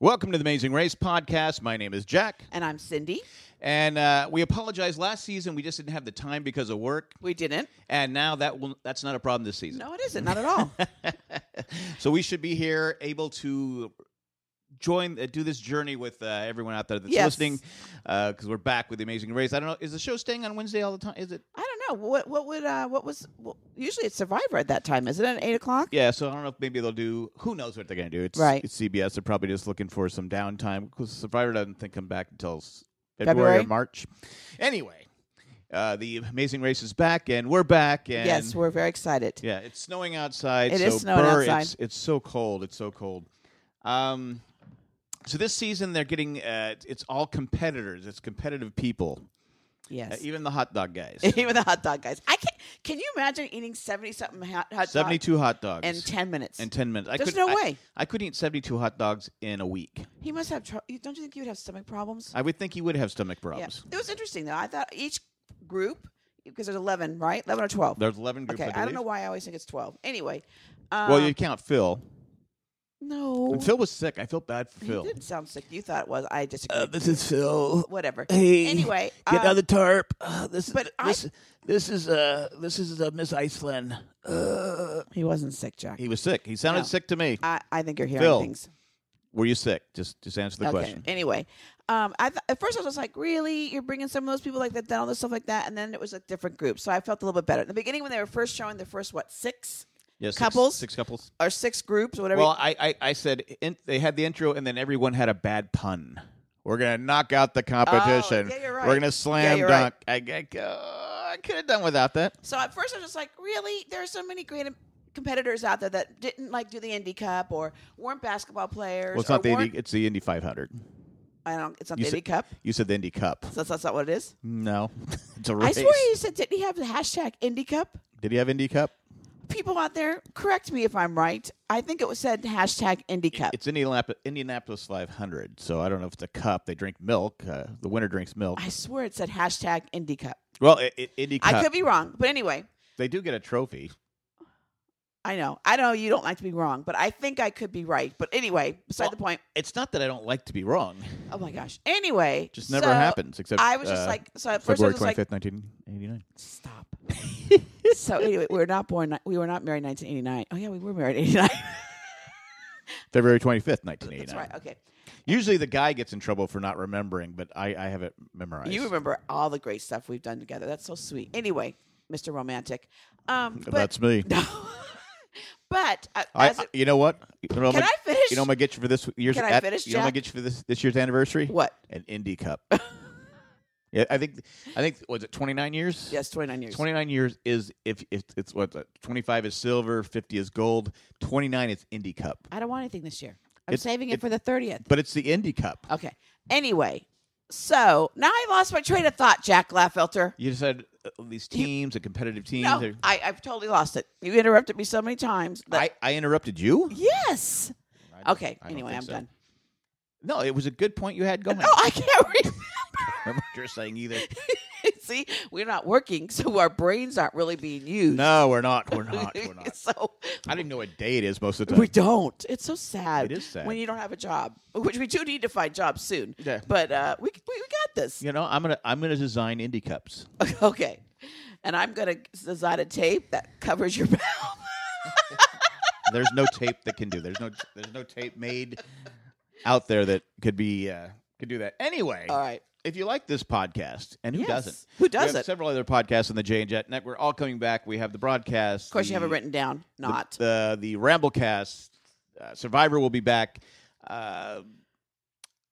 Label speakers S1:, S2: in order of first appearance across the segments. S1: Welcome to the Amazing Race Podcast. My name is Jack.
S2: And I'm Cindy.
S1: And uh, we apologize. Last season, we just didn't have the time because of work.
S2: We didn't.
S1: And now that will, that's not a problem this season.
S2: No, it isn't. Not at all.
S1: so we should be here able to join uh, do this journey with uh, everyone out there that's
S2: Yes.
S1: listening because we're back with the amazing race i don't know is the show staying on wednesday all the time is it
S2: I don't know what what would uh, what was well, usually it's Survivor at that time, isn't it? At eight o'clock.
S1: yeah so i don't know if maybe they'll do who knows what they're gonna do it's,
S2: Right.
S1: it's cbs they're probably just looking for some downtime because survivor doesn't think come back until s- february, or
S2: February?
S1: march anyway uh, the amazing race is back and we're back and
S2: yes, we're very excited.
S1: yeah it's snowing outside
S2: It
S1: so
S2: is snowing
S1: brr,
S2: outside.
S1: It's, it's so cold it's so cold um so this season they're getting uh, it's all competitors it's competitive people Uh,
S2: Yes.
S1: even the hot dog guys.
S2: Even the hot dog guys. I can. Can you imagine eating seventy something hot, hot dogs
S1: 72 hot dogs.
S2: in ten minutes?
S1: in 10 minutes. I
S2: There's
S1: couldn't-
S2: no
S1: I-
S2: way.
S1: I could eat 72 hot dogs in a week.
S2: he must have trouble. Don't you think you would have stomach problems?
S1: I would think he would have stomach
S2: yeah.
S1: problems.
S2: It was interesting though. I thought each group because there's eleven, right? Eleven or twelve.
S1: There's 11 groups,
S2: okay.
S1: I,
S2: I, don't know
S1: believe.
S2: why I always think it's twelve. Anyway. Um,
S1: Well, you count Phil.
S2: no.
S1: And Phil was sick. I felt bad for
S2: um, He
S1: Phil. Uh,
S2: didn't sound sick. You thought it was. I disagree.
S3: Uh, this is Phil.
S2: Whatever.
S3: Hey,
S2: Anyway,
S3: get
S2: um,
S3: out of the tarp. Uh, this is
S2: but I-
S3: this, this is uh this is uh, Miss Iceland. Uh,
S2: He wasn't sick, Jack.
S1: He was sick. He sounded
S2: No.
S1: sick to me.
S2: um, I, I think you're hearing
S1: Phil,
S2: things.
S1: Were you sick? Just just answer the
S2: okay.
S1: question.
S2: Anyway, um, I th- at first I was just like, really, you're bringing some of those people like that down, all this stuff like that, and then it was like different groups, so I felt a little bit better. In the beginning, when they were first showing the first what six
S1: Yeah, six-
S2: Couples?
S1: Six couples.
S2: or six groups, or whatever.
S1: Well, I, I, I said in, they had the intro, and then everyone had a bad pun. We're gonna knock out the competition.
S2: Oh, yeah, you're right.
S1: We're gonna slam
S2: you're
S1: dunk. I, I, uh, I could have done without that.
S2: so at first I was just like, really, there are so many great um, competitors out there that didn't like do the Indy Cup or weren't basketball players.
S1: Well, it's
S2: or
S1: not the
S2: weren't-
S1: Indy. It's the Indy 500.
S2: I don't. It's not
S1: You
S2: the
S1: said-
S2: Indy Cup.
S1: You said the Indy Cup.
S2: So that's, that's not what it is.
S1: No, it's a
S2: I
S1: race.
S2: swear he said, didn't he have the hashtag Indy Cup?
S1: Did he have Indy Cup?
S2: People out there, correct me if I'm right. I think it was said hashtag Indy Cup.
S1: It's Indianapolis, Indianapolis 500. So I don't know if it's a cup. They drink milk. Uh, the winner drinks milk.
S2: I swear it said hashtag Indy Cup.
S1: Well, i i Indy Cup.
S2: I could be wrong, but anyway,
S1: they do get a trophy.
S2: I know. I know you don't like to be wrong, but I think I could be right. But anyway, beside
S1: Well-
S2: the point.
S1: It's not that I don't like to be wrong.
S2: Oh my gosh. Anyway,
S1: Just never
S2: so
S1: happens. Except
S2: I was just
S1: uh,
S2: like, so at first I
S1: February
S2: was
S1: 25th,
S2: just like,
S1: 1989.
S2: stop. so anyway, we were not born. We were not married in 1989. Oh yeah, we were married in 89.
S1: February 25th, 1989.
S2: That's right. Okay,
S1: Usually the guy gets in trouble for not remembering, but I, I have it memorized.
S2: you remember all the great stuff we've done together. That's so sweet. Anyway, Mr. Romantic. Um, but
S1: That's me.
S2: no. but uh,
S1: I,
S2: as it,
S1: you know what? You know what I'm
S2: can I
S1: gonna-
S2: finish?
S1: You know what I'm gonna get you for this year's.
S2: Can I
S1: at-
S2: finish,
S1: You know what I'm gonna
S2: Jack?
S1: get you for this this year's anniversary?
S2: what?
S1: An Indy Cup. yeah, I think. I think was it 29 years?
S2: Yes, 29 years.
S1: 29 years is if, if it's what uh, 25 is silver, 50 is gold, 29 is Indy Cup,
S2: I don't want anything this year. I'm
S1: It-
S2: saving it,
S1: it-
S2: for the 30th.
S1: but it's the Indy Cup.
S2: Okay. Anyway, so now I lost my train of thought, Jack Laffelter.
S1: You just had uh, these teams, the competitive teams.
S2: No,
S1: or-
S2: I, I've totally lost it. You interrupted me so many times. That,
S1: I, I interrupted you.
S2: yes. Okay.
S1: I don't
S2: Anyway,
S1: think
S2: I'm
S1: so.
S2: done.
S1: No, it was a good point you had going.
S2: No, I can't read.
S1: I remember what you're saying either.
S2: See, we're not working, so our brains aren't really being used.
S1: No, we're not. We're not. We're not.
S2: so
S1: I don't even know what day it is most of the
S2: we
S1: time.
S2: don't. It's so sad.
S1: It is sad.
S2: when you don't have a job, which we do need to find jobs soon.
S1: Yeah.
S2: But uh, we, we we got this.
S1: You know, I'm gonna I'm gonna design Indy Cups.
S2: Okay. And I'm going to design a tape that covers your mouth.
S1: There's no tape that can do. There's no there's no tape made out there that could be uh, could do that. Anyway,
S2: All right.
S1: if you like this podcast, and who
S2: Yes.
S1: doesn't? We
S2: Who
S1: have
S2: doesn't? Of
S1: several other podcasts on the J and Jet Network. All coming back. We have the broadcast. Of
S2: course, you have it written down.
S1: The,
S2: Not.
S1: the the Ramblecast. Uh, Survivor will be back. Uh,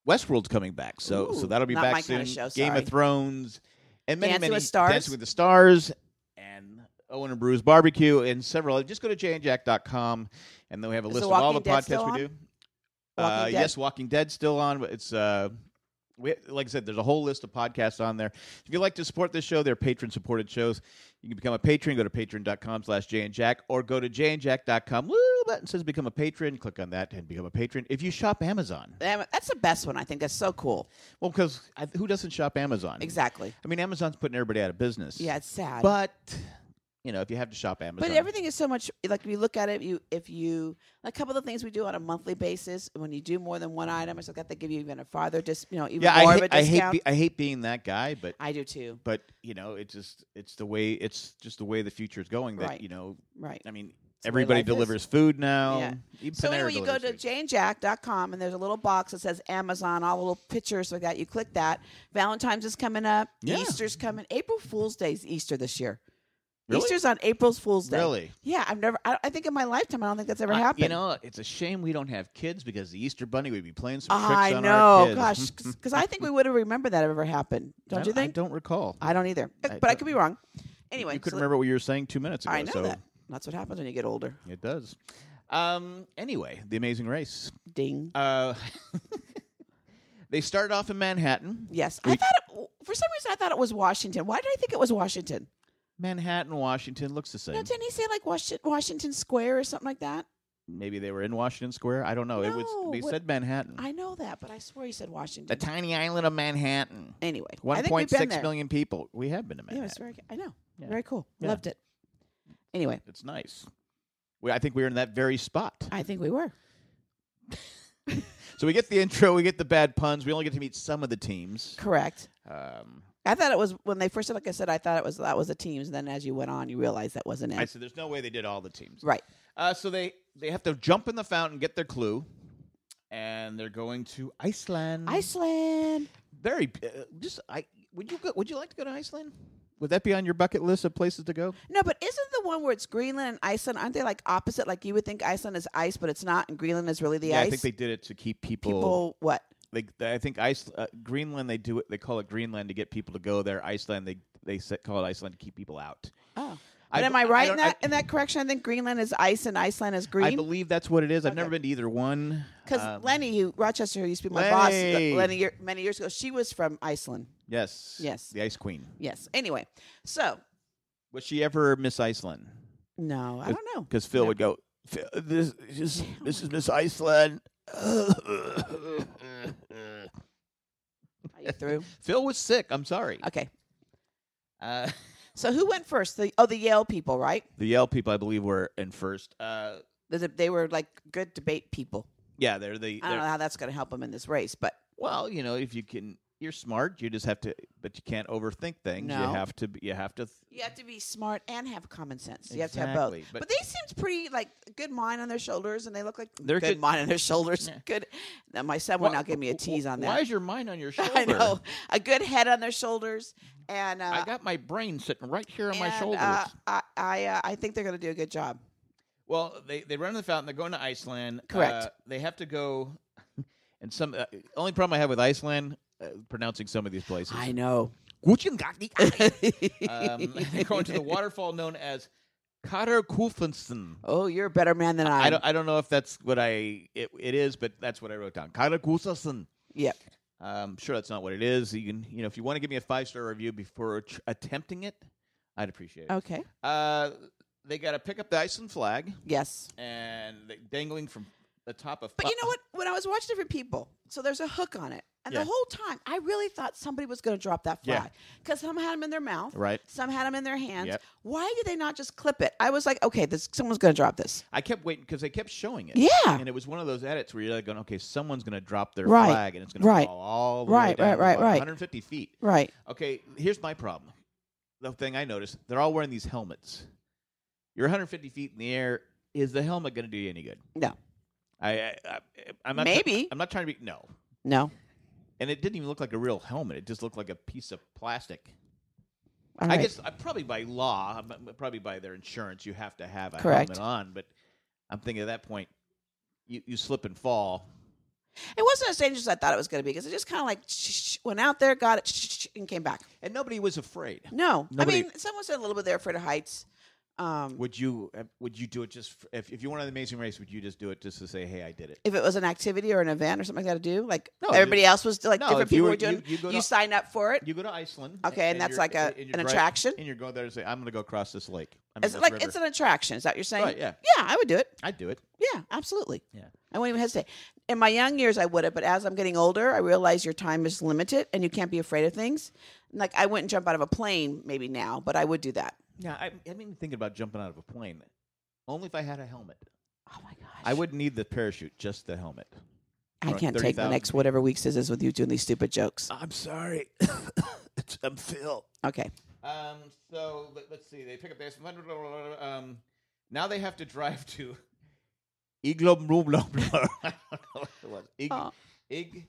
S1: Westworld's coming back, so so
S2: Ooh,
S1: that'll be
S2: not
S1: back
S2: my
S1: soon.
S2: kinda show,
S1: Game
S2: sorry.
S1: of Thrones and many
S2: Dancing
S1: many
S2: with Stars.
S1: Dancing with the Stars and Owen and Brew's Barbecue and several. Just go to jandjack.com and then we have a
S2: Is The
S1: list of all the
S2: Walking Dead
S1: podcasts
S2: still
S1: we
S2: on?
S1: do.
S2: Walking
S1: uh,
S2: Dead?
S1: yes, Walking Dead still on. but It's uh, we, like I said, there's a whole list of podcasts on there. If you'd like to support this show, they're patron supported shows. You can become a patron. Go to patreon.com slash jandjack or go to jandjack.com. Little button says become a patron. Click on that and become a patron. If you shop Amazon,
S2: Damn it, That's the best one. I think that's so cool.
S1: well, because who doesn't shop Amazon?
S2: Exactly.
S1: I mean, Amazon's putting everybody out of business.
S2: Yeah, it's sad.
S1: But you know, if you have to shop Amazon.
S2: But everything is so much like if you look at it, you if you a couple of things we do on a monthly basis. When you do more than one item, it's like that they give you even a farther dis, you know, even
S1: yeah, I
S2: more
S1: hate,
S2: of a
S1: I hate
S2: discount.
S1: be- I hate being that guy, but
S2: I do too.
S1: but you know, it's just it's the way it's just the way the future is going. That
S2: Right.
S1: you know,
S2: Right.
S1: I mean,
S2: the way
S1: everybody
S2: life is.
S1: delivers food now.
S2: Yeah.
S1: Even
S2: So
S1: Panera
S2: anyway, you go
S1: delivers
S2: to
S1: food.
S2: janejack.com and there's a little box that says Amazon, all little pictures like that. You click that. Valentine's is coming up.
S1: Yeah.
S2: Easter's coming. April Fool's Day is Easter this year.
S1: Really?
S2: Easter's on April Fool's Day.
S1: Really?
S2: Yeah, I've never. I, I think in my lifetime, I don't think that's ever
S1: I-
S2: happened.
S1: You know, it's a shame we don't have kids because the Easter Bunny would be playing some tricks
S2: Ah, I
S1: on our
S2: know.
S1: kids.
S2: Gosh, because I think we would have remembered that if it ever happened. Don't
S1: I
S2: you
S1: I
S2: think?
S1: don't recall.
S2: I don't, either.
S1: I
S2: but I
S1: don't-
S2: could be wrong.
S1: You-
S2: Anyway,
S1: you couldn't
S2: so
S1: remember what you were saying two minutes ago.
S2: I know
S1: so
S2: that. That's what happens when you get older.
S1: It does. Um, anyway, The Amazing Race.
S2: Ding.
S1: Uh, they started off in Manhattan.
S2: Yes, I
S1: we-
S2: thought it, for some reason I thought it was Washington. Why did I think it was Washington?
S1: Manhattan, Washington looks the same.
S2: No, didn't he say like Washington, Washington Square or something like that?
S1: Maybe they were in Washington Square. I don't know. it
S2: No,
S1: was they
S2: what-
S1: said Manhattan.
S2: I know that, but I swear he said Washington.
S1: the tiny island of Manhattan.
S2: anyway, I
S1: One
S2: think we've
S1: point
S2: been
S1: six
S2: there.
S1: million people. We have been to
S2: Yeah, it
S1: Manhattan.
S2: was very. I know.
S1: Yeah.
S2: Very cool.
S1: Yeah.
S2: Loved it. Anyway,
S1: it's nice. We, I think we were in that very spot.
S2: I think we were.
S1: So we get the intro, we get the bad puns. We only get to meet some of the teams.
S2: Correct.
S1: Um,
S2: I thought it was when they first, like I said, I thought it was that was the teams. And then as you went on, you realized that wasn't it.
S1: I said, "There's no way they did all the teams."
S2: Right.
S1: Uh, so they they have to jump in the fountain, get their clue, and they're going to Iceland.
S2: Iceland.
S1: Very uh, just I would you go, would you like to go to Iceland? Would that be on your bucket list of places to go?
S2: No, but isn't the one where it's Greenland and Iceland? Aren't they like opposite? Like you would think Iceland is ice, but it's not, and Greenland is really the
S1: yeah,
S2: ice.
S1: I think they did it to keep people.
S2: people what?
S1: They, I think Iceland, uh, Greenland. They do it. They call it Greenland to get people to go there. Iceland. They they set, call it Iceland to keep people out.
S2: Oh,
S1: I
S2: but am
S1: b-
S2: I
S1: I
S2: right in
S1: don't- I-
S2: that in that correction? I think Greenland is ice and Iceland is
S1: I
S2: green.
S1: believe that's what it is. I've
S2: Okay.
S1: never been to either one.
S2: Because
S1: Um,
S2: Lenny, who Rochester, who used to be my boss,
S1: Lenny.
S2: uh, Lenny year- many years ago, she was from Iceland.
S1: Yes.
S2: Yes.
S1: The Ice Queen.
S2: Yes. Anyway, so
S1: Was she ever Miss Iceland?
S2: no, I
S1: But-
S2: don't know.
S1: Because Phil
S2: No.
S1: would go,
S3: F- This, this, this is Miss Iceland.
S2: Are you through?
S1: Phil was sick. I'm sorry.
S2: Okay.
S1: Uh,
S2: So who went first? The oh, the Yale people, right?
S1: the Yale people, I believe, were in first. Uh,
S2: There's a- They were like good debate people.
S1: yeah, they're the.
S2: I don't know
S1: they're-
S2: how that's going to help them in this race, but
S1: well, you know, if you can, you're smart. You just have to, but you can't overthink things. You
S2: No.
S1: have to. be- You have to. th-
S2: You have to be smart and have common sense. You have to have both.
S1: Exactly,
S2: But,
S1: but-
S2: they seemed pretty like good mind on their shoulders, and they look like
S1: They're
S2: good,
S1: good-
S2: mind on their shoulders.
S1: Yeah.
S2: Good. Now my son
S1: Why-
S2: will now give me a tease on
S1: Why
S2: that.
S1: is your mind on your shoulder?
S2: I know a good head on their shoulders, and uh,
S1: I got my brain sitting right here on my
S2: and,
S1: shoulders.
S2: Uh, I I, uh, I think they're going to do a good job.
S1: Well, they they run the fountain. They're going to Iceland.
S2: Correct.
S1: Uh, they have to go. And some uh, only problem I have with Iceland uh, pronouncing some of these places.
S2: I know.
S1: Um, they're going to the waterfall known as Kaderkufelsen.
S2: oh, you're a better man than I.
S1: I don't I don't know if that's what I it, it is, but that's what I wrote down. Kaderkufelsen.
S2: Yep.
S1: I'm sure that's not what it is. You can you know if you want to give me a five star review before tr- attempting it, I'd appreciate it.
S2: Okay.
S1: Uh, they got to pick up the Iceland flag
S2: Yes.
S1: and they, dangling from the top of.
S2: But you know what? When I was watching different people, so there's a hook on it. And
S1: Yeah.
S2: the whole time, I really thought somebody was going to drop that
S1: Yeah.
S2: flag because some had them in their mouth,
S1: Right.
S2: Some had them in their hands.
S1: Yep.
S2: Why did they not just clip it? I was like, okay, this someone's going to drop this.
S1: I kept waiting because they kept showing it.
S2: Yeah.
S1: And it was one of those edits where you're like going, okay, someone's going to drop their
S2: Right.
S1: flag and it's going
S2: Right.
S1: to fall all the way
S2: Right,
S1: down
S2: right,
S1: to
S2: right,
S1: about
S2: right.
S1: 150 feet.
S2: Right.
S1: Okay, here's my problem. The thing I noticed, they're all wearing these helmets. You're 150 feet in the air. Is the helmet going to do you any good?
S2: No.
S1: I, I, I I'm not.
S2: Maybe.
S1: I'm not trying to be no.
S2: No.
S1: And it didn't even look like a real helmet. It just looked like a piece of plastic.
S2: All
S1: I
S2: right.
S1: guess uh, probably by law, um, uh, probably by their insurance, you have to have a
S2: Correct.
S1: helmet on. But I'm thinking at that point, you, you slip and fall.
S2: it wasn't as dangerous as I thought it was going to be because it just kind of like sh- sh- went out there, got it, sh- sh- and came back.
S1: And nobody was afraid.
S2: No. I
S1: Nobody-
S2: mean, someone said a little bit they're afraid of heights. Um,
S1: Would you uh, would you do it just f- if, if you won an amazing race? Would you just do it just to say, hey, I did it?
S2: if it was an activity or an event or something I got to do, like
S1: No,
S2: everybody else was like
S1: No,
S2: different
S1: if you
S2: people
S1: were-
S2: were doing,
S1: you-
S2: you,
S1: you go to-
S2: sign up for it.
S1: You go to Iceland.
S2: Okay, and that's
S1: you're-
S2: like a-
S1: and you're
S2: an
S1: driving-
S2: attraction?
S1: And you're going there to say, I'm going to go across this lake. I mean,
S2: It's
S1: this
S2: like
S1: river.
S2: it's an attraction. Is that what you're saying?
S1: Right, yeah.
S2: Yeah, I would do it.
S1: I'd do it.
S2: Yeah, absolutely.
S1: Yeah.
S2: I wouldn't even hesitate. In my young years, I would have, but as I'm getting older, I realize your time is limited and you can't be afraid of things. Like I wouldn't jump out of a plane maybe now, but I would do that.
S1: Yeah, I, I mean, thinking about jumping out of a plane. Only if I had a helmet.
S2: Oh my gosh.
S1: I wouldn't need the parachute, just the helmet.
S2: I
S1: Right,
S2: can't take the
S1: 30,000.
S2: next whatever weeks this is with you doing these stupid jokes.
S1: Uh,
S3: I'm sorry. It's- I'm Phil.
S2: Okay.
S1: Um, so let, let's see. They pick up their. Um, now they have to drive to. Iglobloblar. I don't know what it was. Ig,
S2: Oh.
S1: Ig,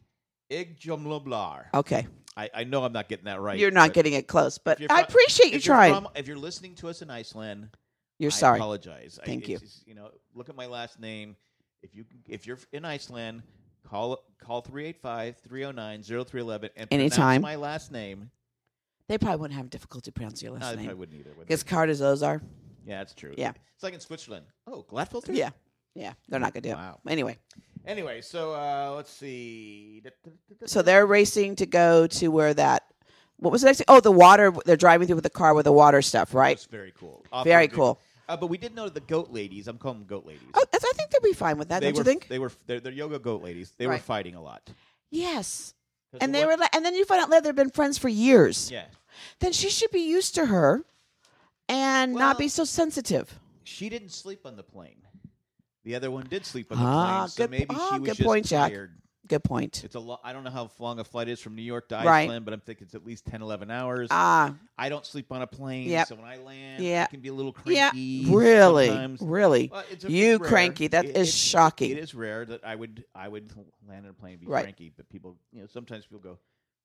S1: Igjomloblar.
S2: Okay.
S1: I, I know I'm not getting that right.
S2: you're not
S1: but
S2: getting it close, but
S1: you're
S2: I
S1: from-
S2: appreciate
S1: if
S2: you
S1: you're
S2: trying.
S1: from- if you're listening to us in Iceland, I
S2: you're sorry.
S1: apologize. I-
S2: Thank
S1: it's
S2: you.
S1: just, you know, look at my last name. If you if you're in Iceland, call call 385-309-0311 and pronounce
S2: Anytime.
S1: my last name.
S2: They probably wouldn't have difficulty pronouncing your
S1: No,
S2: last
S1: they probably
S2: name.
S1: wouldn't either. Would they?
S2: Because Carter's Ozar.
S1: Yeah, that's true.
S2: Yeah.
S1: It's like in Switzerland. Oh, Gladfilter?
S2: Yeah. Yeah. They're not going to do
S1: Wow.
S2: it. Anyway.
S1: Anyway, so uh, let's see.
S2: So they're racing to go to where that. What was the next? Oh, the water. They're driving through with the car with the water stuff, right?
S1: It's very cool.
S2: Very
S1: Off-roading.
S2: cool.
S1: Uh, but we did know the goat ladies. I'm calling them goat ladies.
S2: Oh, that's, I think they'll be fine with that,
S1: they
S2: don't
S1: were,
S2: you think?
S1: They were they're, they're yoga goat ladies. They were
S2: Right.
S1: fighting a lot. 'Cause
S2: yes.
S1: the
S2: And they
S1: one-
S2: were, like, and then you find out later they've been friends for years.
S1: Yeah.
S2: Then she should be used to her, and not be
S1: Well-
S2: so sensitive.
S1: She didn't sleep on the plane. The other one did sleep on the
S2: Ah,
S1: plane, so
S2: good-
S1: maybe
S2: ah,
S1: she was
S2: good
S1: just
S2: point, Jack.
S1: tired.
S2: Good point.
S1: It's a lo- I don't know how long a flight is from New York to
S2: Right.
S1: Iceland, but I'm thinking it's at least 10, 11 hours.
S2: Ah,
S1: I don't sleep on a plane,
S2: Yep.
S1: so when I land,
S2: Yeah.
S1: I can be a little
S2: Yeah.
S1: cranky.
S2: really,
S1: sometimes.
S2: really.
S1: Well, it's a-
S2: You
S1: it's rare.
S2: cranky. That is
S1: It- it's-
S2: shocking.
S1: It is rare that I would I would land on a plane and be
S2: Right.
S1: cranky, but people, you know, sometimes people go,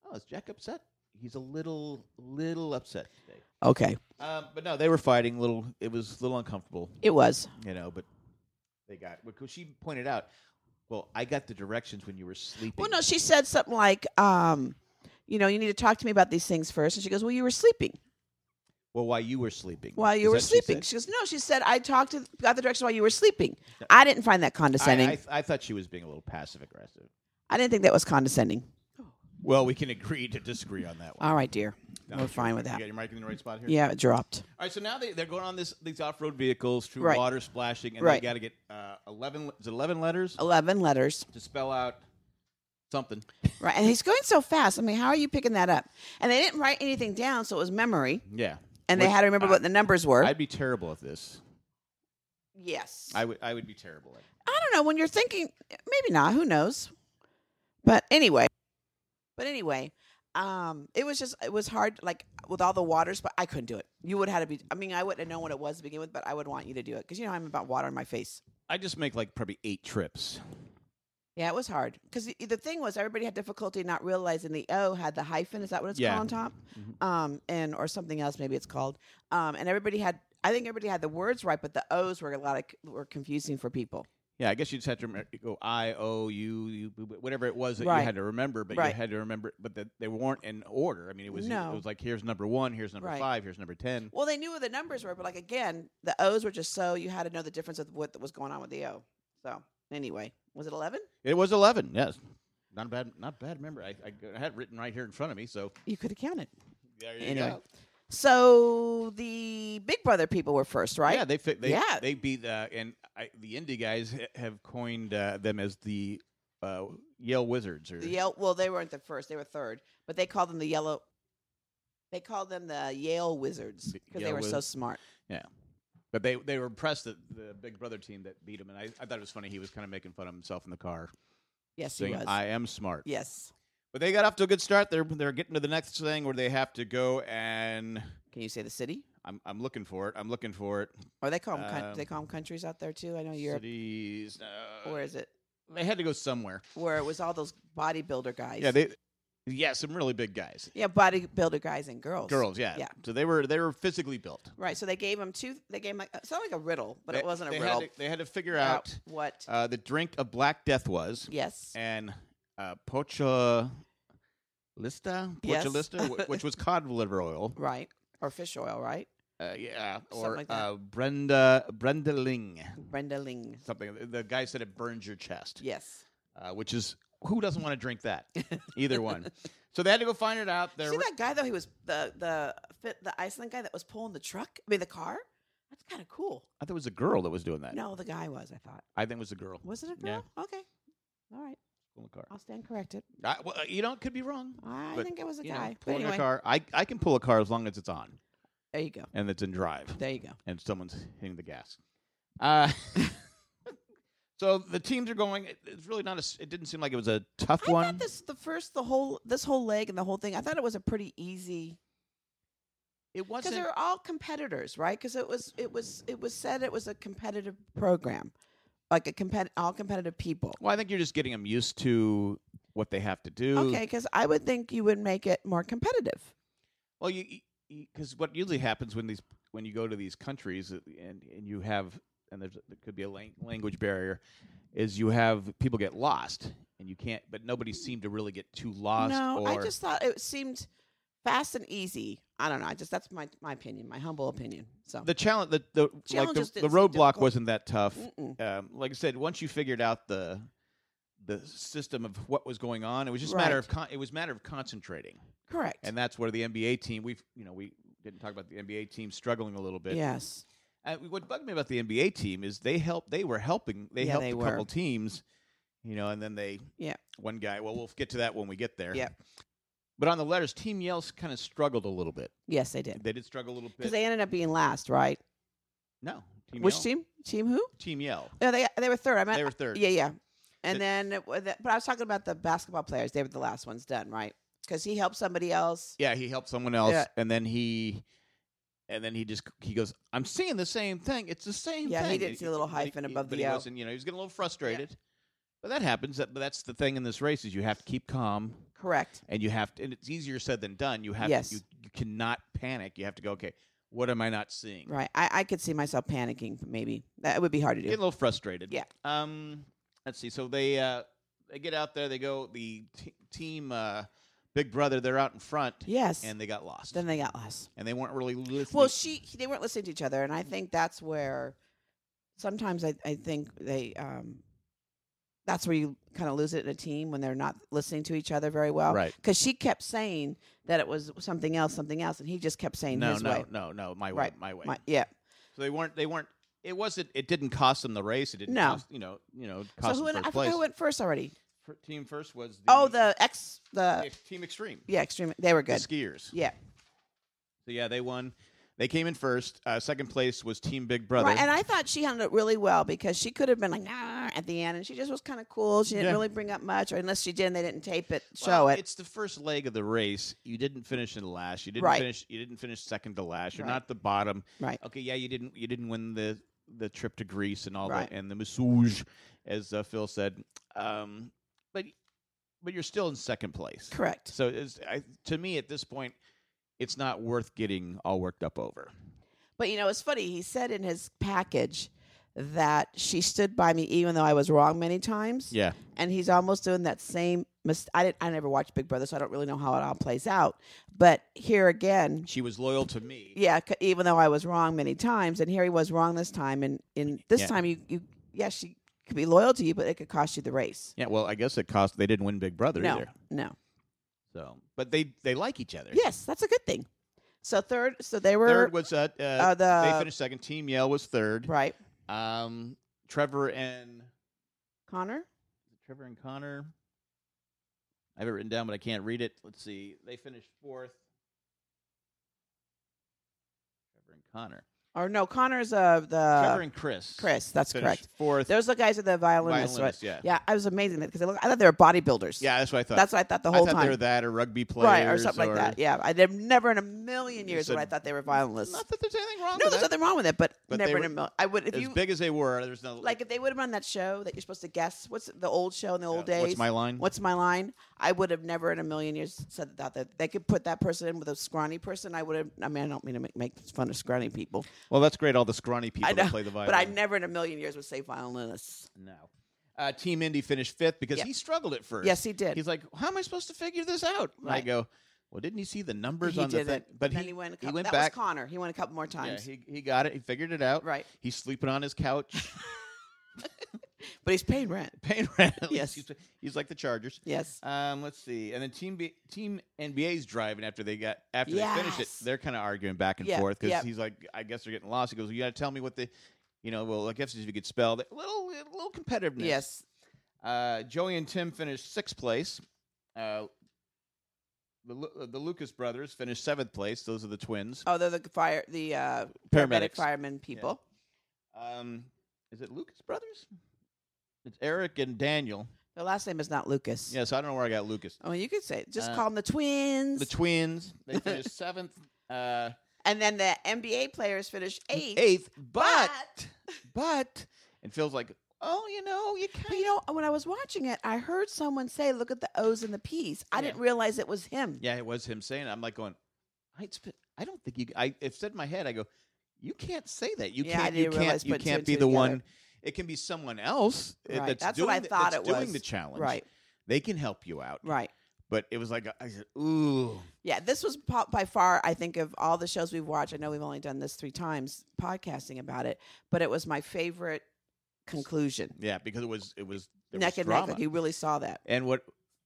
S1: "Oh, is Jack upset? He's a little little upset today."
S2: Okay,
S1: Um, but no, they were fighting. Little, it was a little uncomfortable.
S2: it was.
S1: you know, but they got because she pointed out. Well, I got the directions when you were sleeping.
S2: Well, no, she said something like, um, you know, you need to talk to me about these things first. And she goes, well, you were sleeping
S1: Well, while you were sleeping.
S2: while
S1: Is
S2: you were
S1: that what she
S2: sleeping.
S1: said?
S2: She, goes, no, she said, I talked to, got the direction while you were sleeping. I didn't find that condescending.
S1: I,
S2: I,
S1: I, th- I thought she was being a little passive aggressive.
S2: didn't think that was condescending.
S1: Well, we can agree to disagree on that one.
S2: All right, dear.
S1: No,
S2: we're
S1: sure.
S2: fine with
S1: You
S2: that.
S1: got your mic in the right spot here.
S2: Yeah, it dropped.
S1: All right. So now they, they're going on this these off road vehicles through
S2: Right.
S1: water splashing, and
S2: Right.
S1: they got to get uh, eleven is it eleven letters
S2: 11 letters.
S1: to spell out something.
S2: Right. And he's going so fast. I mean, how are you picking that up? And they didn't write anything down, so it was memory.
S1: Yeah.
S2: And they
S1: Which
S2: had to remember
S1: I-
S2: what the numbers were.
S1: I'd be terrible at this.
S2: yes.
S1: I would I would be terrible at. It.
S2: I don't know when you're thinking. Maybe not. Who knows? But anyway, but anyway, um, it was just it was hard. Like with all the waters, but I couldn't do it. You would have had to be. I mean, I wouldn't have known what it was to begin with, but I would want you to do it because you know I'm about water in my face.
S1: I just make like probably eight trips.
S2: Yeah, it was hard because the, the thing was everybody had difficulty not realizing the O had the hyphen. Is that what it's
S1: Yeah.
S2: called on top? Um, and or something else maybe it's called. Um, and everybody had. I think everybody had the words right, but the O's were a lot of were confusing for people.
S1: Yeah, I guess you just had to remember, go I O U U b- b- whatever it was that
S2: Right.
S1: you had to remember, but
S2: Right.
S1: you had to remember, but that they weren't in order. I mean, it was
S2: No.
S1: it was like here's number one, here's number
S2: Right.
S1: five, here's number ten.
S2: Well, they knew what the numbers were, but like again, the O's were just so you had to know the difference of what was going on with the O. So anyway, was it eleven?
S1: It was eleven. Yes, not a bad, not a bad. Remember, I, I g- I had it written right here in front of me, so
S2: You could have counted.
S1: there you
S2: Anyway,
S1: go.
S2: So the Big Brother people were first, right?
S1: Yeah, they fi- they
S2: Yeah.
S1: they beat uh, and I, the indie guys ha- have coined uh, them as the uh, Yale Wizards or
S2: the Yale. Well, they weren't the first; they were third, but they called them the Yellow. They called them the Yale Wizards
S1: The
S2: because they
S1: Yale
S2: were so
S1: Wiz-
S2: smart.
S1: But they they were impressed that the Big Brother team that beat him, and I, I thought it was funny. He was kind of making fun of himself in the car,
S2: Yes, he
S1: saying,
S2: was.
S1: "I am smart."
S2: yes.
S1: But they got off to a good start. They're they're getting to the next thing where they have to go and
S2: Can you say the city?
S1: I'm I'm looking for it. I'm looking for it.
S2: Or they call them coun-
S1: Um,
S2: they call 'em countries out there too. I know Europe.
S1: Cities. Uh,
S2: Where is it?
S1: They had to go somewhere.
S2: Where it was all those bodybuilder guys?
S1: Yeah, they yeah some really big guys,
S2: yeah bodybuilder guys and girls.
S1: girls. Yeah.
S2: Yeah.
S1: So they were they were physically built.
S2: Right. So they gave him two. They gave him like it's not like a riddle, but
S1: They-
S2: it wasn't a
S1: they
S2: riddle.
S1: Had to, they had to figure
S2: about
S1: out
S2: what?
S1: uh, the drink of black death was
S2: yes.
S1: and uh, pocha lista, pocha
S2: Yes.
S1: lista, wh- which was cod liver oil.
S2: right. Or fish oil. Right.
S1: Uh, yeah,
S2: Something
S1: or
S2: like that.
S1: uh, Brenda Brendaling.
S2: Brenda Ling.
S1: Something the guy said it burns your chest.
S2: Yes.
S1: uh, which is who doesn't want to drink that? Either one. So they had to go find it out. There,
S2: See that guy though? He was the the fit the Iceland guy that was pulling the truck. I mean the car. That's kind of cool.
S1: I think it was a girl that was doing that.
S2: No, the guy was. I thought.
S1: I think it was a girl
S2: Was it a
S1: Uh, Yeah.
S2: girl? Okay. All right.
S1: in the car.
S2: I'll stand corrected.
S1: I, well, you know, it could be wrong.
S2: I
S1: But,
S2: think it was a
S1: You
S2: guy.
S1: know,
S2: but
S1: pulling
S2: anyway.
S1: a car. I I can pull a car as long as it's on.
S2: There you go.
S1: and it's in drive,
S2: There you go.
S1: and someone's hitting the gas. Uh, so the teams are going. it- It's really not a. s- It didn't seem like it was a tough
S2: I
S1: one.
S2: thought this the first the whole this whole leg and the whole thing. I thought it was a pretty easy
S1: it
S2: because
S1: wasn't.
S2: they're all competitors, right? Because it was it was it was said it was a competitive program, like a compet all competitive people.
S1: well, I think you're just getting them used to what they have to do.
S2: Okay, because I would think you would make it more competitive.
S1: Well, you because what usually happens when these when you go to these countries uh, and and you have and there's, there could be a lang- language barrier, is you have people get lost and you can't. But nobody seemed to really get too lost.
S2: no,
S1: or,
S2: I just thought it seemed fast and easy. I don't know. I just that's my my opinion, my humble opinion. So
S1: the challenge the, the like
S2: Challenges
S1: the, the
S2: didn't seem
S1: roadblock
S2: difficult. Mm.
S1: wasn't that tough.
S2: Mm-mm.
S1: Um, like I said, once you figured out the the system of what was going on, it was just a matter
S2: Right.
S1: of con- it was a matter of concentrating,
S2: correct.
S1: and that's where the NBA team we've you know we didn't talk about the NBA team struggling a little bit.
S2: yes,
S1: Uh, what bugged me about the NBA team is they helped. They were helping. They
S2: Yeah,
S1: helped
S2: they
S1: a
S2: were.
S1: couple teams, you know, and then they
S2: Yeah.
S1: one guy. Well, we'll get to that when we get there.
S2: Yeah.
S1: But on the letters, Team Yells kind of struggled a little bit.
S2: yes, they did
S1: They did struggle a little bit.
S2: because they ended up being last, right?
S1: no, Team
S2: Which
S1: Yell.
S2: team? Team who?
S1: Team Yell.
S2: No, they they were third. I meant
S1: They were third.
S2: Yeah, yeah. And
S1: The-
S2: then, it wa- the- but I was talking about the basketball players. They were the last ones done, right? Because he helped somebody else.
S1: Yeah, he helped someone else,
S2: Yeah.
S1: and then he, and then he just he goes, "I'm seeing the same thing. It's the same
S2: Yeah,
S1: thing."
S2: he didn't see the little hyphen above
S1: but
S2: the
S1: he
S2: L.
S1: wasn't, you know, he was getting a little frustrated. But that happens. That, but that's the thing in this race is you have to keep calm.
S2: Correct.
S1: and you have to and it's easier said than done you have
S2: Yes.
S1: to, you, you cannot panic you have to go okay what am i not seeing
S2: Right. I, I could see myself panicking. Maybe that would be hard to
S1: get a
S2: do.
S1: little frustrated
S2: Yeah.
S1: um let's see so they uh they get out there they go the t- team uh big brother they're out in front
S2: Yes.
S1: and they got lost
S2: then they got last.
S1: and they weren't really listening
S2: Well, she they weren't listening to each other, and I think that's where sometimes I I think they um that's where you kind of lose it in a team when they're not listening to each other very well.
S1: right
S2: Because she kept saying that it was something else, something else, and he just kept saying
S1: no
S2: his
S1: no
S2: way.
S1: no no my way
S2: Right.
S1: my way
S2: My- yeah.
S1: so they weren't they weren't it wasn't it didn't cost them the race it didn't
S2: No.
S1: cost you know you know cost
S2: so who
S1: them
S2: went, I
S1: first
S2: forgot
S1: place
S2: who went first already.
S1: Fir- team first was the
S2: Oh, the ex, the
S1: yeah, team extreme
S2: yeah, extreme. They were
S1: the
S2: good.
S1: skiers
S2: Yeah,
S1: So yeah, they won. They came in first. Uh, second place was Team Big Brother.
S2: right. And I thought she handled it really well because she could have been like nah at the end, and she just was kind of cool. She didn't
S1: Yeah.
S2: really bring up much, or unless she did, and they didn't tape it,
S1: Well,
S2: show it.
S1: It's the first leg of the race. You didn't finish in last. You didn't
S2: Right.
S1: finish. You didn't finish second to last. You're
S2: Right.
S1: not the bottom.
S2: Right.
S1: Okay. Yeah, you didn't. You didn't win the the trip to Greece and all
S2: Right.
S1: that and the massage, as uh, Phil said. Um, but but you're still in second place.
S2: Correct.
S1: So it's, I, to me, at this point, it's not worth getting all worked up over.
S2: But you know, it's funny. He said in his package that she stood by me even though I was wrong many times.
S1: Yeah.
S2: and he's almost doing that same mis- I didn't I never watched Big Brother so I don't really know how it all plays out but here again
S1: She was loyal to me.
S2: yeah c- even though I was wrong many times and here he was wrong this time and in this
S1: Yeah.
S2: time you you yeah she could be loyal to you but it could cost you the race
S1: Yeah. Well, I guess it cost. They didn't win Big Brother
S2: no
S1: either.
S2: no
S1: So, but they they like each other.
S2: yes that's a good thing so third so they were
S1: Third was uh, uh,
S2: uh, the
S1: they finished second. Team Yale was third.
S2: right
S1: Um, Trevor and
S2: Connor
S1: Trevor and Connor. I have it written down, but I can't read it. Let's see. They finished fourth. Trevor and Connor.
S2: or no Connor's uh
S1: Trevor
S2: the
S1: and Chris.
S2: Chris that's
S1: finished
S2: correct
S1: Fourth.
S2: those are the guys are the violinists,
S1: Violinists,
S2: right
S1: yeah.
S2: yeah I was amazing because I thought they were bodybuilders
S1: yeah, that's what I thought.
S2: that's what I thought the whole
S1: I thought
S2: time
S1: they were that or rugby players
S2: right or something like that. Yeah, I did never in a million
S1: You
S2: years would
S1: said-
S2: I thought they were violinists.
S1: Not that there's anything wrong
S2: No,
S1: with
S2: there's
S1: that.
S2: nothing wrong with it, but,
S1: But they
S2: never
S1: were-
S2: in a million. I would if
S1: as
S2: you
S1: big as they were, there's no
S2: like if they would have run that show that you're supposed to guess what's the old show in the
S1: uh,
S2: old days.
S1: What's my line?
S2: What's my line? I would have never in a million years said that, that they could put that person in with a scrawny person. I would have. I mean, I don't mean to make, make fun of scrawny people,
S1: Well, that's great. All the scrawny people
S2: I
S1: that
S2: know,
S1: play the violin.
S2: but I never in a million years would say violinists.
S1: No. Uh, Team Indy finished fifth because
S2: Yep.
S1: he struggled at first.
S2: Yes, he did.
S1: He's like, how am I supposed to figure this out? And I
S2: Right.
S1: go, well, didn't he see the numbers
S2: he
S1: on the
S2: did
S1: thing?
S2: it,
S1: But
S2: then
S1: he,
S2: he, went. A
S1: he
S2: couple,
S1: went
S2: that
S1: back.
S2: was Connor. He went a couple more times,
S1: Yeah, he, he got it. He figured it out.
S2: right?
S1: He's sleeping on his couch,
S2: But he's paying rent.
S1: paying rent. At least
S2: Yes.
S1: he's, he's like the Chargers.
S2: Yes.
S1: Um, let's see. And then Team B, Team NBA's driving after they got after they finished it.
S2: Yes.
S1: They're kind of arguing back and
S2: Yeah,
S1: forth because
S2: yep.
S1: he's like, I guess they're getting lost. He goes, you got to tell me what the, you know, well, I guess if you could spell, that little little competitiveness.
S2: Yes.
S1: Uh, Joey and Tim finished sixth place. Uh, the Lu- the Lucas brothers finished seventh place. Those are the twins.
S2: Oh, they're the fire, the uh,
S1: Paramedics.
S2: paramedic firemen people.
S1: Um, is it Lucas brothers? It's Eric and Daniel.
S2: Their last name is not Lucas.
S1: Yes, I don't know where I got Lucas.
S2: Oh, you could say it. just
S1: Uh,
S2: call them the twins.
S1: The twins. They finished seventh. Uh,
S2: and then the NBA players finished eighth.
S1: eighth, but
S2: but-
S1: but and feels like oh you know you
S2: But
S1: kind
S2: you
S1: of
S2: know, when I was watching it, I heard someone say, "Look at the O's and the P's." I
S1: Yeah.
S2: didn't realize it was him.
S1: yeah it was him saying it. I'm like going I it's been- I don't think you I it said in my head I go you can't say that you
S2: Yeah, I
S1: can't you
S2: didn't
S1: can't
S2: realize
S1: you
S2: putting two
S1: can't
S2: and
S1: be
S2: two
S1: the one
S2: together.
S1: it can be someone else uh,
S2: Right.
S1: that's,
S2: That's what
S1: doing
S2: I
S1: the-
S2: thought
S1: that's
S2: it
S1: doing
S2: was.
S1: the challenge
S2: Right,
S1: they can help you out
S2: right.
S1: but it was like uh, I said ooh
S2: Yeah, this was po- by far, I think, of all the shows we've watched. I know we've only done this three times podcasting about it, but it was my favorite conclusion.
S1: yeah because it was it was there
S2: neck
S1: was
S2: and
S1: drama.
S2: neck, like you really saw that.
S1: And what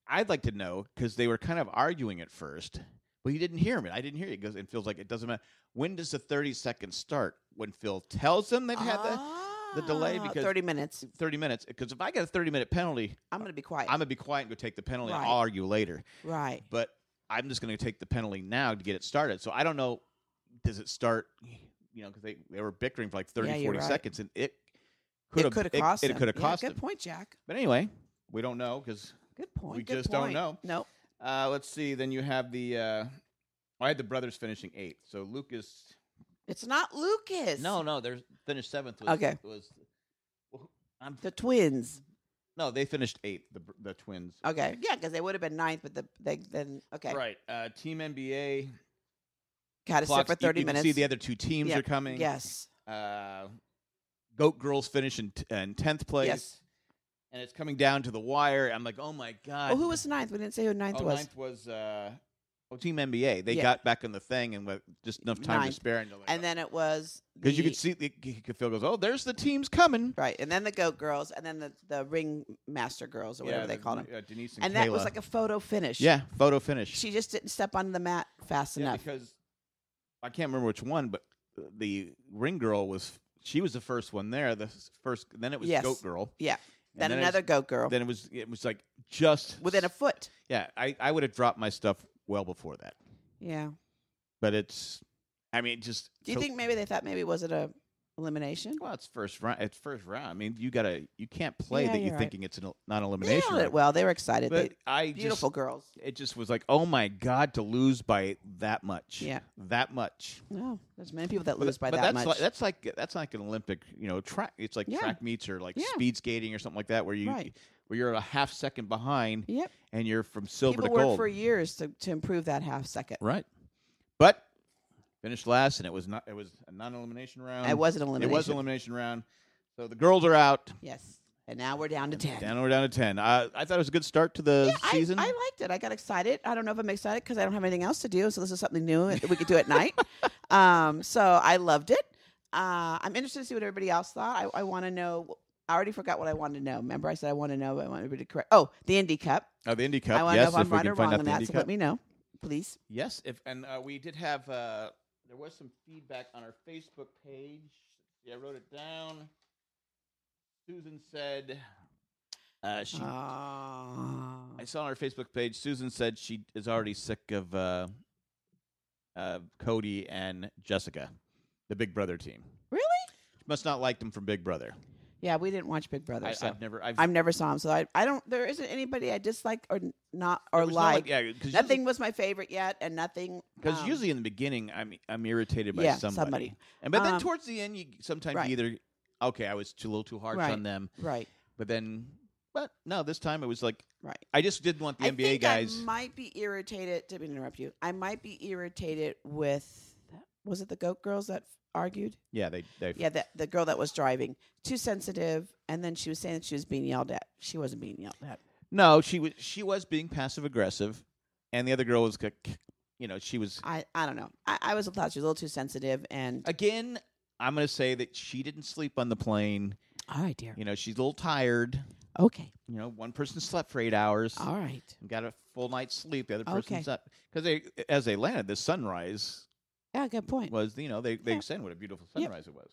S1: I'd like to know, because they were kind of arguing at first, but you didn't hear me. I didn't hear you. Because it feels like it doesn't matter. When does the 30 seconds start? When Phil tells them they've had
S2: Uh.
S1: the the delay
S2: Ah,
S1: because-
S2: thirty minutes.
S1: 30 minutes? Because if I get a 30 minute penalty,
S2: I'm going to be quiet.
S1: I'm going to be quiet and go take the penalty and
S2: Right.
S1: I'll argue later.
S2: right.
S1: But I'm just going to take the penalty now to get it started. So I don't know, does it start, you know, because they, they were bickering for like 30,
S2: Yeah, you're
S1: 40
S2: right.
S1: seconds and it could
S2: It
S1: have
S2: could have cost.
S1: It,
S2: him.
S1: could have
S2: Yeah,
S1: cost
S2: good
S1: him.
S2: point, Jack.
S1: But anyway, we don't know because
S2: Good point.
S1: We
S2: good
S1: just don't
S2: point.
S1: know.
S2: Nope.
S1: Uh, let's see. Then you have the. Uh, I had the brothers finishing eighth. So Lucas.
S2: It's not Lucas.
S1: no, they're finished seventh. Was,
S2: Okay.
S1: Was well, I'm,
S2: the twins.
S1: no, they finished eighth. The br- the twins.
S2: Okay, yeah, because they would have been ninth, but the they then okay.
S1: Right. Uh, team NBA.
S2: Got to sit
S1: clocks-
S2: for
S1: you-
S2: thirty
S1: you,
S2: minutes.
S1: Can see the other two teams
S2: Yeah,
S1: are coming.
S2: yes,
S1: Uh, Goat girls finish in t- in tenth place.
S2: yes.
S1: And it's coming down to the wire. I'm like, oh my god.
S2: Well, who was ninth? We didn't say who ninth
S1: oh,
S2: was.
S1: ninth was. Uh, oh, Team NBA. They
S2: Yeah.
S1: got back on the thing and with just enough time
S2: Ninth.
S1: to spare. And, they're like,
S2: And then it was
S1: Because you
S2: the-
S1: could see, the, Phil goes, "Oh, there's the teams coming."
S2: right, and then the goat girls, and then the the ring master girls or whatever they called them.
S1: Uh, Denise and,
S2: And that was
S1: Kayla.
S2: like a photo finish.
S1: yeah, photo finish.
S2: she just didn't step onto the mat fast
S1: yeah,
S2: enough.
S1: because I can't remember which one, but the ring girl was she was the first one there. The s- first, then it was
S2: Yes.
S1: goat girl.
S2: Yeah.
S1: And
S2: Then,
S1: it was-
S2: another goat girl
S1: then it was it was like just
S2: Oh. within a foot.
S1: yeah. I I would have dropped my stuff well before that,
S2: Yeah.
S1: but it's I mean just
S2: Do you
S1: to-
S2: think maybe they thought maybe was it a elimination?
S1: well it's first round it's first round. I mean you gotta you can't play
S2: Yeah,
S1: that you're,
S2: you're right.
S1: thinking it's an el- not
S2: They
S1: elimination.
S2: handled it
S1: round.
S2: well. They were excited.
S1: But
S2: They-
S1: I just
S2: beautiful girls.
S1: it just was like, oh my god, to lose by that much.
S2: Yeah.
S1: that much.
S2: No, Oh, there's many people that
S1: But-
S2: lose by
S1: but
S2: that
S1: that's
S2: much.
S1: Like, that's like that's like an Olympic, you know, track. It's like
S2: Yeah.
S1: track meets or like
S2: Yeah.
S1: speed skating or something like that, where you
S2: Right.
S1: where you're a half second behind
S2: yep.
S1: and you're from silver
S2: people
S1: to
S2: worked
S1: gold.
S2: for years to, to improve that half second.
S1: Right, but finished last, and it was not. It was a non-elimination round.
S2: it was an
S1: It
S2: elimination.
S1: was an elimination round. So the girls are out.
S2: yes. And now we're down to ten.
S1: Down we're down to ten. Uh, I thought it was a good start to the
S2: yeah, I,
S1: season.
S2: I liked it. I got excited. I don't know if I'm excited because I don't have anything else to do. So this is something new that we could do at night. Um, so I loved it. Uh, I'm interested to see what everybody else thought. I, I want to know. I already forgot what I wanted to know. Remember, I said I want to know. but I want everybody to correct. Oh, the Indy Cup.
S1: oh, the Indy Cup.
S2: I want to
S1: yes,
S2: know if I'm
S1: if we
S2: right
S1: can
S2: or
S1: find
S2: wrong
S1: out
S2: on
S1: the
S2: that.
S1: Indy
S2: so
S1: Cup.
S2: let me know, please.
S1: Yes, if and uh, we did have uh, there was some feedback on our Facebook page. Yeah, I wrote it down. Susan said uh, she.
S2: Ah.
S1: I saw on our Facebook page. Susan said she is already sick of uh, uh, Cody and Jessica, the Big Brother team.
S2: Really?
S1: She must not like them from Big Brother.
S2: yeah, we didn't watch Big Brother.
S1: I,
S2: so.
S1: I've never. I've,
S2: I've never saw him, so I, I don't. There isn't anybody I dislike or n- not or
S1: it was not
S2: like.
S1: yeah, because
S2: nothing was my favorite yet, and nothing
S1: Because
S2: um,
S1: usually in the beginning, I'm I'm irritated by
S2: yeah,
S1: somebody.
S2: somebody.
S1: and but then
S2: Um,
S1: towards the end, you sometimes
S2: right.
S1: you either okay, I was too a little too harsh
S2: Right.
S1: on them,
S2: right,
S1: but then but no, this time it was like
S2: right.
S1: I just didn't want the
S2: I
S1: NBA
S2: think
S1: guys.
S2: I might be irritated. Didn't mean to interrupt you. I might be irritated with was it the goat girls that argued?
S1: yeah, they they
S2: Yeah, that the girl that was driving too sensitive, and then she was saying that she was being yelled at. She wasn't being yelled at.
S1: no, she was she was being passive aggressive, and the other girl was like, you know, she was
S2: I I don't know. I, I was thought she was a little too sensitive, and
S1: again. I'm gonna say that she didn't sleep on the plane.
S2: all right, dear.
S1: You know, she's a little tired.
S2: Okay,
S1: You know, one person slept for eight hours.
S2: all right.
S1: and Got a full night's sleep. The other person
S2: Oh. Okay.
S1: slept because they, as they landed, the sunrise
S2: Yeah, good point.
S1: was you know they they
S2: Yeah.
S1: said what a beautiful
S2: Yep.
S1: sunrise it was.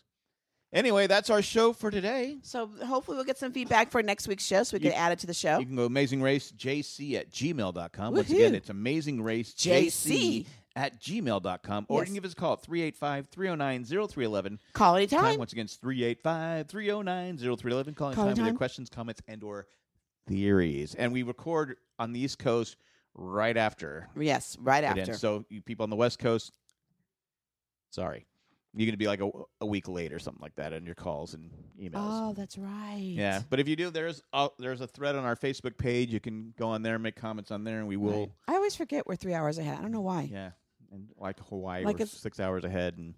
S1: Anyway, that's our show for today.
S2: So hopefully we'll get some feedback for next week's show so we
S1: You-
S2: can add it to the show.
S1: You can go amazingracejc at gmail.com. Once again,
S2: Woohoo.
S1: it's amazingracejc
S2: JC.
S1: at gmail.com. Or you
S2: Yes.
S1: can give us a call at 385 309 0311.
S2: Call anytime.
S1: Time, once again, is 385 309 0311. Calling
S2: Call
S1: time with your
S2: time.
S1: questions, comments, and or theories. And we record on the East Coast right after.
S2: Yes, right
S1: it
S2: after.
S1: ends. So you people on the West Coast, sorry. You're going to be like a, a week late or something like that in your calls and emails.
S2: Oh, that's right.
S1: Yeah, but if you do, there's a, there's a thread on our Facebook page. You can go on there and make comments on there, and we will.
S2: I always forget we're three hours ahead. I don't know why.
S1: Yeah, and like Hawaii,
S2: Like
S1: we're
S2: it's-
S1: six hours ahead, and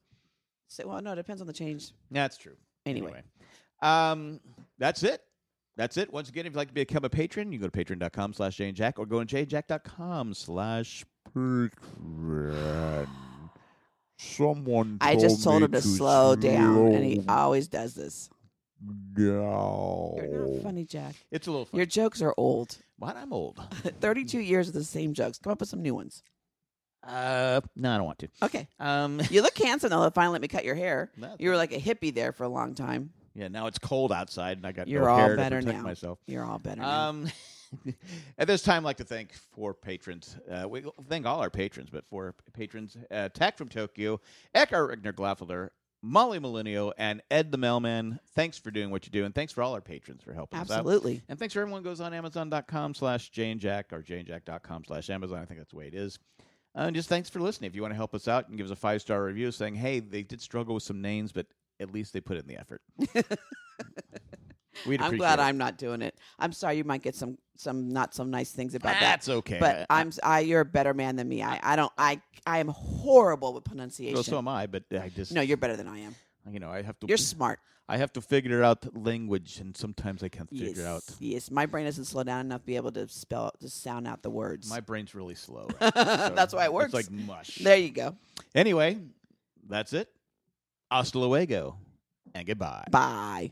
S2: So, well, no, it depends on the change.
S1: yeah, that's true.
S2: Anyway,
S1: um, that's it. That's it. Once again, if you'd like to become a patron, you go to patreon.com slash janejack or go to janejack.com slash patron. Someone
S2: I just told him to slow down, and he always does this. You're
S1: down.
S2: not funny, Jack.
S1: It's a little Oh. funny.
S2: Your jokes are old.
S1: What? I'm old.
S2: 32 years of the same jokes. Come up with some new ones.
S1: Uh, no, I don't want to.
S2: Okay.
S1: Um,
S2: You look handsome, though. They Finally, let me cut your hair.
S1: no,
S2: You were like a hippie there for a long time.
S1: Yeah, now it's cold outside, and I got
S2: You're
S1: no
S2: all
S1: hair
S2: better
S1: to protect
S2: now.
S1: myself.
S2: You're all better now.
S1: Um, at this time, I'd like to thank four patrons. Uh, we thank all our patrons, but four patrons: uh, Tack from Tokyo, Eckhart Rigner Glaffelder, Molly Millennial, and Ed the Mailman. Thanks for doing what you do, and thanks for all our patrons for helping us out.
S2: Absolutely.
S1: And thanks for everyone who goes on Amazon.com slash Jane Jack or JaneJack.com slash Amazon. I think that's the way it is. Uh, and just thanks for listening. If you want to help us out and give us a five star review saying, hey, they did struggle with some names, but at least they put in the effort. We'd
S2: I'm
S1: appreciate
S2: glad
S1: it.
S2: I'm not doing it. I'm sorry you might get some some not so nice things about that.
S1: That's okay.
S2: But I'm s- I you're a better man than me. I, I don't I I am horrible with pronunciation.
S1: well, so am I, but I just,
S2: no, you're better than I am.
S1: you know, I have to,
S2: You're smart.
S1: I have to figure out language, and sometimes I can't figure
S2: yes.
S1: out.
S2: Yes. My brain doesn't slow down enough to be able to spell to sound out the words.
S1: My brain's really slow. right now, so
S2: That's why it works.
S1: It's like mush.
S2: there you go.
S1: Anyway, that's it. Hasta luego, and goodbye.
S2: Bye.